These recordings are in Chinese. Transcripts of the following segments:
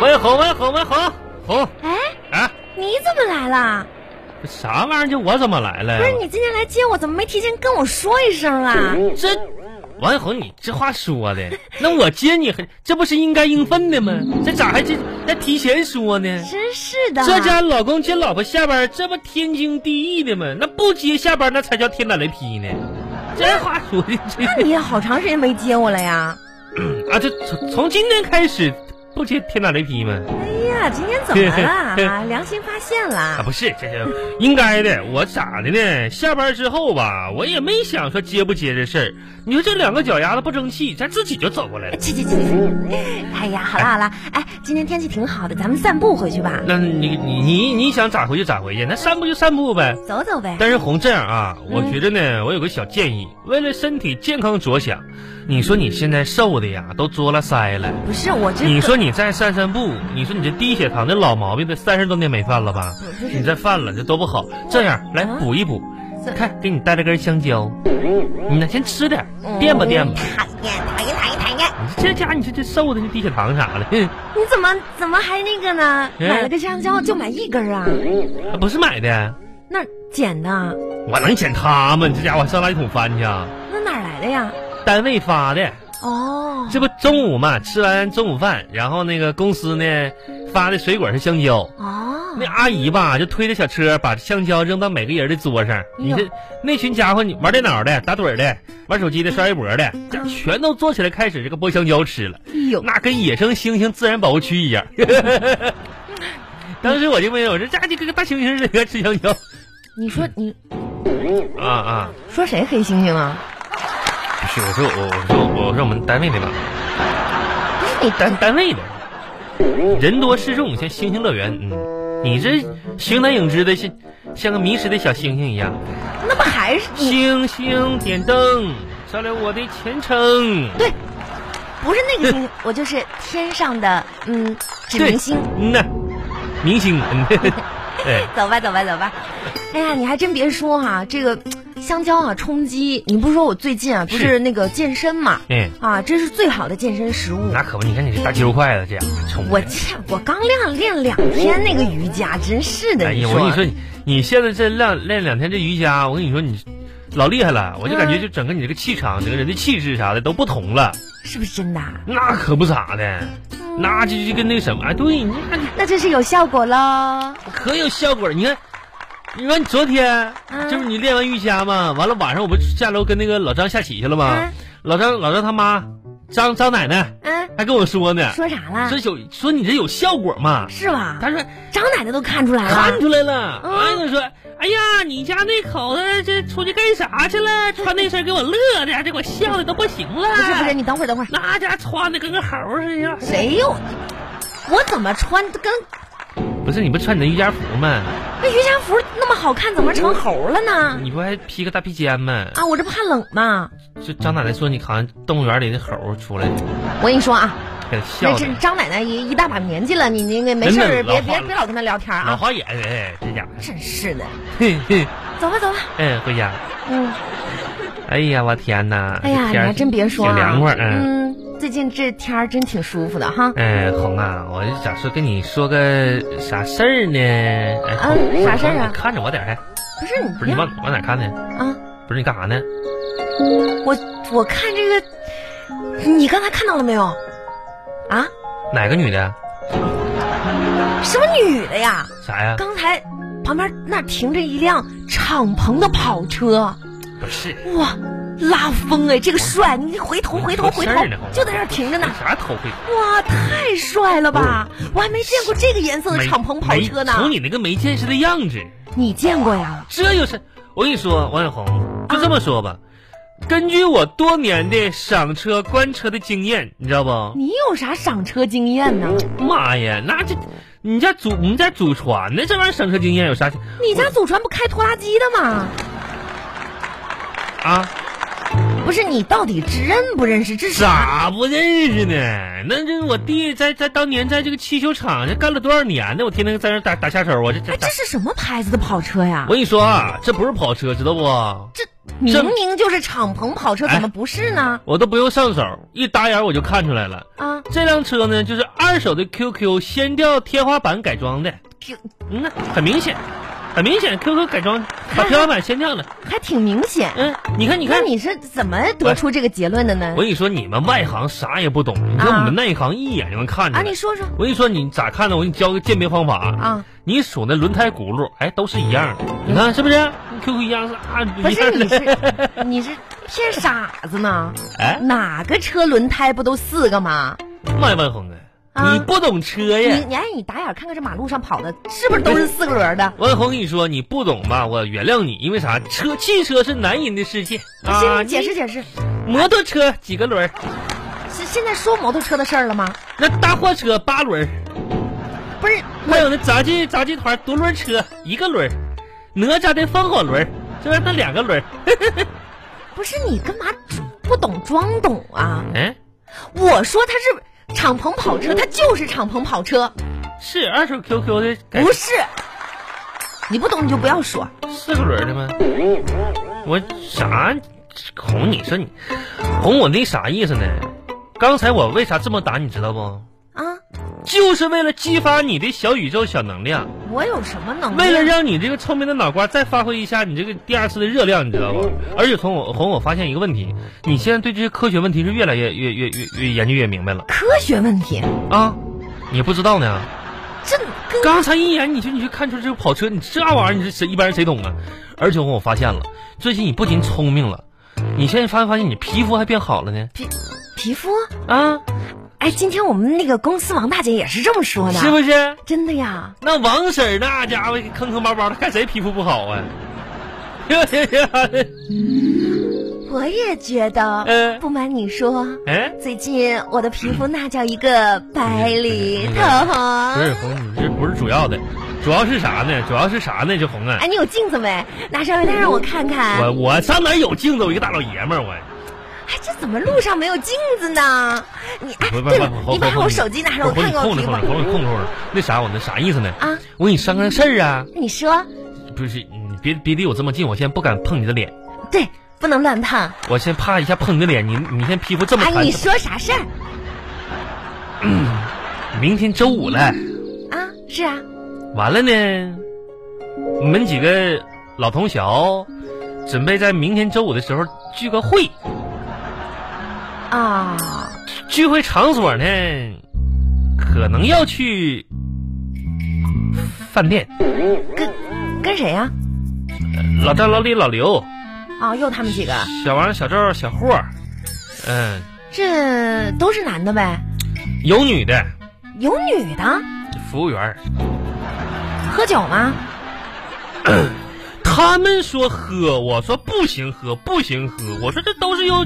文侯，文侯，侯哎，啊，你怎么来了？这啥玩意儿？就我怎么来了不是呀？你今天来接我，怎么没提前跟我说一声啊？这文侯，你这话说 的，那我接你还这不是应该应分的吗？这咋还这还提前说呢？真是啊的，这家老公接老婆下班，这不天经地义的吗？那不接下班，那才叫天打雷劈 呢。这话说的，这那你也好长时间没接我了呀？啊，这从从今天开始不接天打雷劈吗？哎呀，今天怎么了？ 啊良心发现啊，了？不是，这是应该的。我咋的呢？下班之后吧，我也没想说接不接这事儿。你说这两个脚丫子不争气，咱自己就走过来了。去去去！哎呀，好了好了，哎，今天天气挺好的，咱们散步回去吧，那你你你你想咋回去咋回去，那散步就散步呗。走走呗。但是红这样啊，我觉得呢，我有个小建议，为了身体健康着想，你说你现在瘦的呀，都作了腮了，不是我这你说你再散散步，你说你这低血糖这老毛病，这三十多年没犯了吧？你再犯了，这多不好。这样来补一补，看给你带了根香蕉，你呢先吃点，垫吧嗯垫吧。讨厌讨厌讨厌讨厌！你这家伙你这这瘦的，这低血糖啥的，哼你怎么怎么还那个呢？嗯买了个香蕉就买一根啊？啊不是买的，那捡的？我能捡它吗？你这家伙上垃圾桶翻去啊？那哪儿来的呀？单位发的。哦，这不中午嘛，吃完中午饭，然后那个公司呢发的水果是香蕉，哦那，阿姨吧就推着小车把香蕉扔到每个人的桌上。你哎这呦那群家伙，你玩电脑的、打盹儿的、玩手机的、刷微博的，这全都坐起来开始这个剥香蕉吃了，哎呦，那跟野生猩猩自然保护区一样。嗯 当时我就没有，我说这家就跟个大猩猩似的吃香蕉你说你啊啊！说谁黑猩猩啊？不是，我说我我说我说我们单位的吧，你单单位的，人多势众，像星星乐园。嗯，你这形单影只的，像像个迷失的小星星一样。那不还是你星星点灯，照亮我的前程。不是那个星星，我就是天上的嗯指对明星。嗯呐，明星。嗯， 哎，走吧走吧走吧。哎呀，你还真别说哈、这个香蕉啊充饥，你不是说我最近啊不是是那个健身嘛？嗯啊，这是最好的健身食物。那可不，你看你这大肌肉块子，这样冲我的。这我刚练练两天那个瑜伽，真是的，哎你啊呀，我跟你说，你你现在这练练两天这瑜伽，我跟你说你。老厉害了，我就嗯感觉就整个你这个气场，整个人的气质啥的都不同了，是不是真的啊？那可不咋的，嗯那就就跟那什么，哎，对，你看那真是有效果喽。可有效果了。你看，你说你昨天、嗯就是你练完瑜伽嘛，完了晚上我不是下楼跟那个老张下棋去了吗？嗯老张老张他妈张张奶奶嗯，还跟我说呢，说啥啦说？有说你这有效果嘛？是吧？他说张奶奶都看出来看了。出来了，啊嗯完了、说，哎呀，你家那口子这出去干啥去了？穿那身给我乐的，这给我笑的都不行了。不是不是，你等会儿等会儿，那家穿的跟个猴似的。谁有？我怎么穿跟不是你不穿你的瑜伽服吗？那瑜伽服那么好看，怎么成猴了呢？你不还披个大披肩吗？啊，我这不怕冷吗？就张奶奶说你好像动物园里的猴出来，我跟你说啊，给他笑那这的，张奶奶一一大把年纪了，你那个没事真的儿别老别花别老跟她聊天老啊，花眼哎，这家伙，真是的。嘿嘿， 走吧走吧，嗯，回家，嗯，哎呀，我天哪，哎呀，这你天儿还真别说啊，挺凉快，嗯。嗯，最近这天儿真挺舒服的哈。哎，红啊，我就想说跟你说个啥事儿呢？哎，啊红啥事儿啊你看着我点儿，哎，不是你不不是你要往往哪看呢？啊，不是你干啥呢？我我看这个，你刚才看到了没有？啊，哪个女的？啊什么女的呀？啥呀？刚才旁边那停着一辆敞篷的跑车，不是，哇，拉风哎，这个帅！你回头回头回头出事儿呢，红就在这儿停着呢有。啥头盔？哇，太帅了吧！我还没见过这个颜色的没敞篷跑车呢哦没。瞅你那个没见识的样子，你见过呀？这又是我跟你说，王小红，就这么说吧，根据我多年的赏车、观车的经验，你知道不？你有啥赏车经验呢？妈呀，那这你家祖我们家祖传的这玩意儿赏车经验有啥你家祖传不开拖拉机的吗？啊？不是，你到底知认不认识？这是咋不认识呢？那这我弟在在当年在这个汽修厂这干了多少年呢？我天天在那打打下手，我这这哎，打这。是什么牌子的跑车呀我？跟你说啊，这不是跑车，知道不？这明明就是敞篷跑哎车，怎么不是呢？我都不用上手，一打眼我就看出来了。啊，这辆车呢，就是二手的 QQ 掀掉天花板改装的。 Q 嗯呐，很明显，很明显，QQ 改装把天花板掀掉了。还挺明显。嗯，你看，你那看，你是怎么得出这个结论的呢我？跟你说，你们外行啥也不懂，你说啊我们内行一眼就能看出啊，来。你说说我跟你说，你咋看呢？我给你教个鉴别方法啊，嗯你数那轮胎轱辘，哎，都是一样的，你看是不是跟？QQ 一样是啊，不一是样你的。是 你是骗傻子呢？ 哎，哪个车轮胎不都四个吗？麦万红啊，嗯啊你不懂车你呀？你哎，你打眼看看这马路上跑的，是不是都是四个轮儿的？万红，跟你说你不懂吧？我原谅你，因为啥？车汽车是男人的世界 啊！嗯先解释解释，你，摩托车几个轮儿？是现在说摩托车的事儿了吗？那大货车八轮儿，嗯不是，还有那杂技杂技团独轮车一个轮儿，哪吒的风火轮儿，这边那两个轮儿。不是你干嘛不懂装懂啊？嗯，我说它是敞篷跑车，它就是敞篷跑车，是二手 QQ 的改不是。你不懂你就不要说，四个轮儿的吗？我啥哄你说你哄我那啥意思呢？刚才我为啥这么打你知道不？啊，就是为了激发你的小宇宙小能量，我有什么能力？为了让你这个聪明的脑瓜再发挥一下你这个第二次的热量，你知道不？而且从我哄我发现一个问题，你现在对这些科学问题是越来越越越越越研究越明白了科学问题，啊！你不知道呢？这跟刚才一眼你就你就看出这个跑车，你这玩意儿你是谁一般人谁懂啊？而且我发现了，最近你不仅聪明了，你现在发没发现你皮肤还变好了呢？皮皮肤，啊，哎，今天我们那个公司王大姐也是这么说的，是不是？真的呀？那王婶儿那家伙坑坑巴巴的，看谁皮肤不好啊？ 哎行行行，我也觉得，嗯不瞒你说，哎，最近我的皮肤那叫一个白里嗯透不是红。红，你这不是主要的，主要是啥呢？主要是啥呢？这红啊哎，，你有镜子没？拿上来让我看看。我我上哪有镜子？我一个大老爷们儿，我哎，这怎么路上没有镜子呢？你哎，不不对了不，，你把我手机拿上，我看看我控制皮控制肤。控制控制控制，那啥我那啥意思呢？啊，我给你商量事儿啊，你说，不是你别别离我这么近，我现在不敢碰你的脸，对，不能乱碰。我先怕一下碰你的脸，你你现在皮肤这么哎，弹，你说啥事儿明天周五了，啊？是啊，完了呢，我们几个老同学哦准备在明天周五的时候聚个会。啊，聚会场所呢，可能要去饭店。跟谁呀？老赵、老李、老刘、啊，又他们几个，小王、小赵、小霍儿，嗯，这都是男的呗？有女的，有女的？服务员儿。喝酒吗？他们说喝，我说不行喝，不行喝。我说这都是有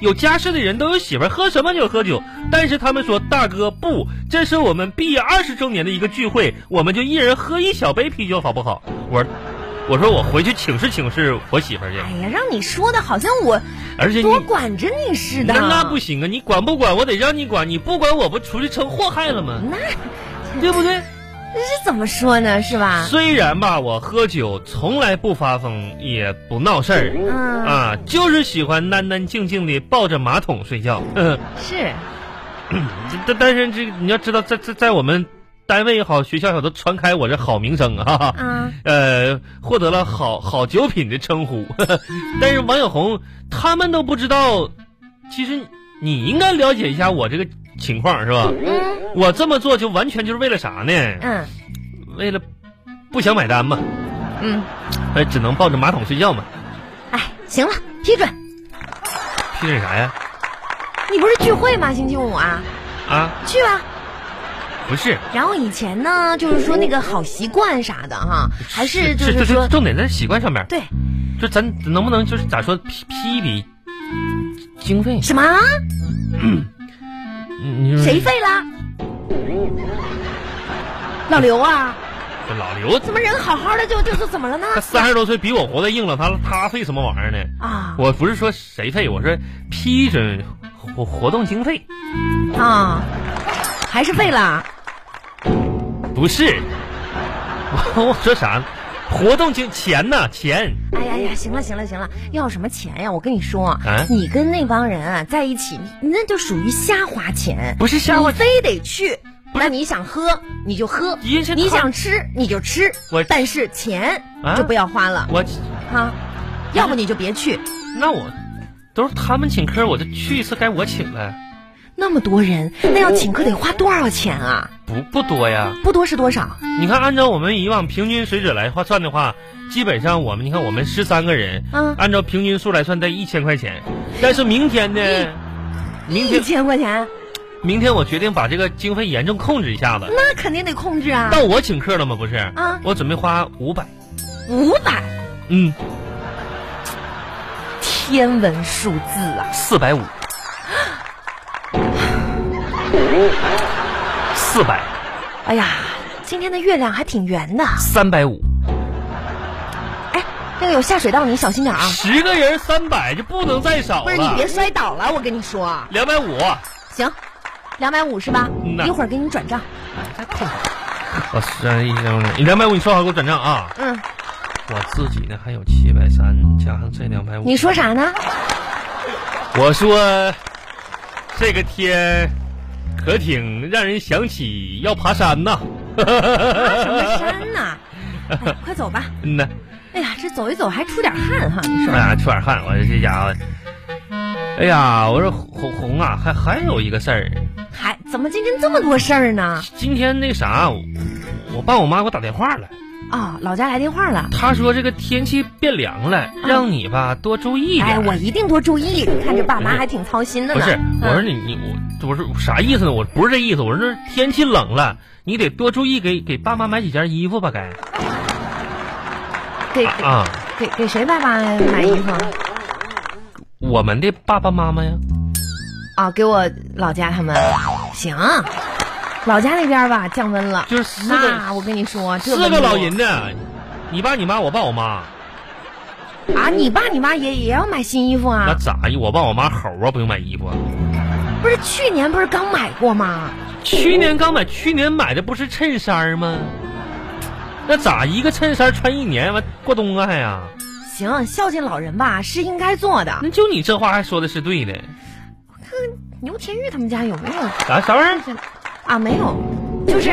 有家室的人，都有媳妇儿，喝什么酒喝酒。但是他们说大哥不，这是我们毕业二十周年的一个聚会，我们就一人喝一小杯啤酒，好不好？我说我说我回去请示请示我媳妇儿去。哎呀，让你说的好像我而且你多管着你似的。那那不行啊！你管不管，我得让你管，你不管我不出去成祸害了吗？那对不对？这是怎么说呢？是吧？虽然吧，我喝酒从来不发疯，也不闹事儿。嗯，啊，就是喜欢安安静静的抱着马桶睡觉。 嗯，是但但是这你要知道，在在在我们单位也好，学校也好，都传开我这好名声啊， 哈哈啊，呃，获得了好好酒品的称呼。 但是王小红他们都不知道，其实你应该了解一下我这个情况是吧？嗯我这么做就完全就是为了啥呢？嗯为了不想买单嘛，嗯，哎，只能抱着马桶睡觉嘛。哎，行了，批准。批准啥呀？你不是聚会吗？星期五啊，啊，去吧。不是，然后以前呢，就是说那个好习惯啥的哈，还是就是是说，重点在习惯上面。对就咱能不能就是咋说批批一笔经费？什么嗯你说谁？废了？老刘啊，这老刘怎么人好好的就就就怎么了呢？他三十多岁比我活得硬朗，他他费什么玩意儿呢？啊我不是说谁费，我说批准活活动经费，啊，还是废了。 不是。我我说啥呢？活动经钱呐，钱。哎呀呀，行了行了行了，要什么钱呀？我跟你说，啊你跟那帮人啊在一起，你那就属于瞎花钱，不是瞎花你非得去。是那你想喝你就喝，人家你看想吃你就吃我，但是钱啊就不要花了我哈，要不你就别去。那我都是他们请客，我就去一次该我请了，那么多人，那要请客得花多少钱啊？不不多呀。不多是多少？你看，按照我们以往平均水准来话算的话，基本上我们你看我们十三个人，嗯按照平均数来算得一千块钱。但是明天呢，明一天千块钱，明天我决定把这个经费严重控制一下子。那肯定得控制啊。到我请客了吗？不是，啊我准备花五百。五百，嗯，天文数字啊！四百 五，四百，哎呀，今天的月亮还挺圆的。三百五，哎，那个有下水道，你小心点啊！十个人三百就不能再少不是你别哎了。摔倒了，我跟你说。两百五，行，两百五是吧嗯？呐一会儿给你转账。我三哦啊一你两百五，你收好给我转账啊！嗯，我自己呢还有七百三，加上这两百五，你说？啥呢？我说，这个天可挺让人想起要爬山呐。啊什么 山呐？哎，快走吧！嗯呐。哎呀，这走一走还出点汗哈，你说哎呀，出点汗，我这家伙，哎呀，我说红红啊，还还有一个事儿，还怎么今天这么多事儿呢？今天那啥，我我爸我妈给我打电话了，啊、老家来电话了。他说这个天气变凉了，让你吧多注意点嗯哎，儿。我一定多注意。你看这爸妈还挺操心的不呢。是，我说嗯你你我我说啥意思呢？我不是这意思，我说天气冷了，你得多注意给给爸妈买几件衣服吧，该嗯给啊啊，给给谁爸爸买衣服我们的爸爸妈妈呀，啊？给我老家他们。行，老家那边吧，降温了。就是四个那我跟你说，这四温个度老人呢，你爸你妈我爸我妈，啊，你爸你妈也也要买新衣服那啊？咋呀？我爸我妈猴啊，不用买衣服啊。不是去年不是刚买过吗？去年刚买，去年买的不是衬衫吗？那咋一个衬衫穿一年完过冬啊还呀？行，孝敬老人吧是应该做的。那就你这话还说的是对的，牛田玉他们家有没有啥啥玩意儿？啊？没有，就是，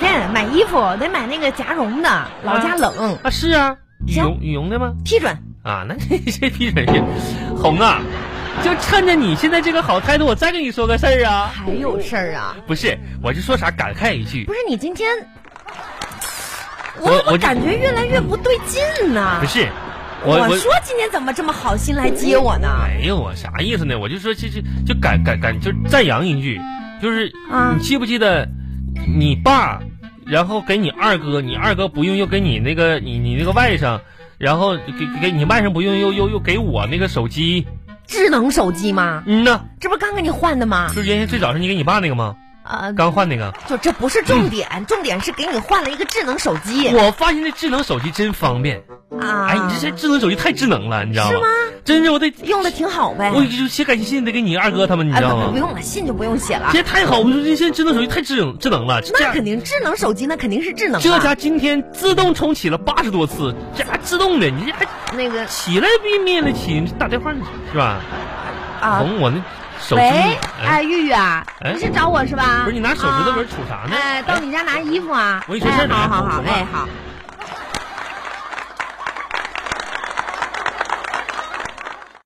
对，买衣服得买那个夹绒的，老家冷，啊是啊，羽行绒羽绒的吗？批准。啊，那 这批人是红啊，就趁着你现在这个好态度，我再跟你说个事儿啊。还有事儿啊？不是，我就说啥感慨一句不，是你今天，我我怎我么就感觉越来越不对劲呢不？是，我我说今天怎么这么好心来接我呢？没有啊，啥意思呢？我就说，这这就感感感，就赞扬一句，就是、啊你记不记得你爸，然后给你二哥，你二哥不用又给你那个你你那个外甥，然后给给你外甥不用又又又给我那个手机，智能手机吗？嗯呐，这不是刚给你换的吗？就是原先最早是你给你爸那个吗？呃，刚换那个，就这不是重嗯点，重点是给你换了一个智能手机我发现这智能手机真方便，嗯啊。哎，你这这智能手机太智能了，你知道是吗吗？真是我得，用的挺好呗？我就写感谢信得给你二哥他们，你哎，知道不吗不不？用了，信就不用写了。这太好，我说这现在智能手机太智能智能了，这那肯定，智能手机那肯定是智能这啊。家今天自动重启了八十多次，这还自动的，你这还那个起来比灭了起，你打电话是吧？啊，红我那手机，喂，哎，哎，玉玉啊，哎你是找我是吧？不是你拿手指头啊纹杵啥呢？哎，到你家拿衣服啊！我跟你说事儿呢哎好好好好，吧哎好，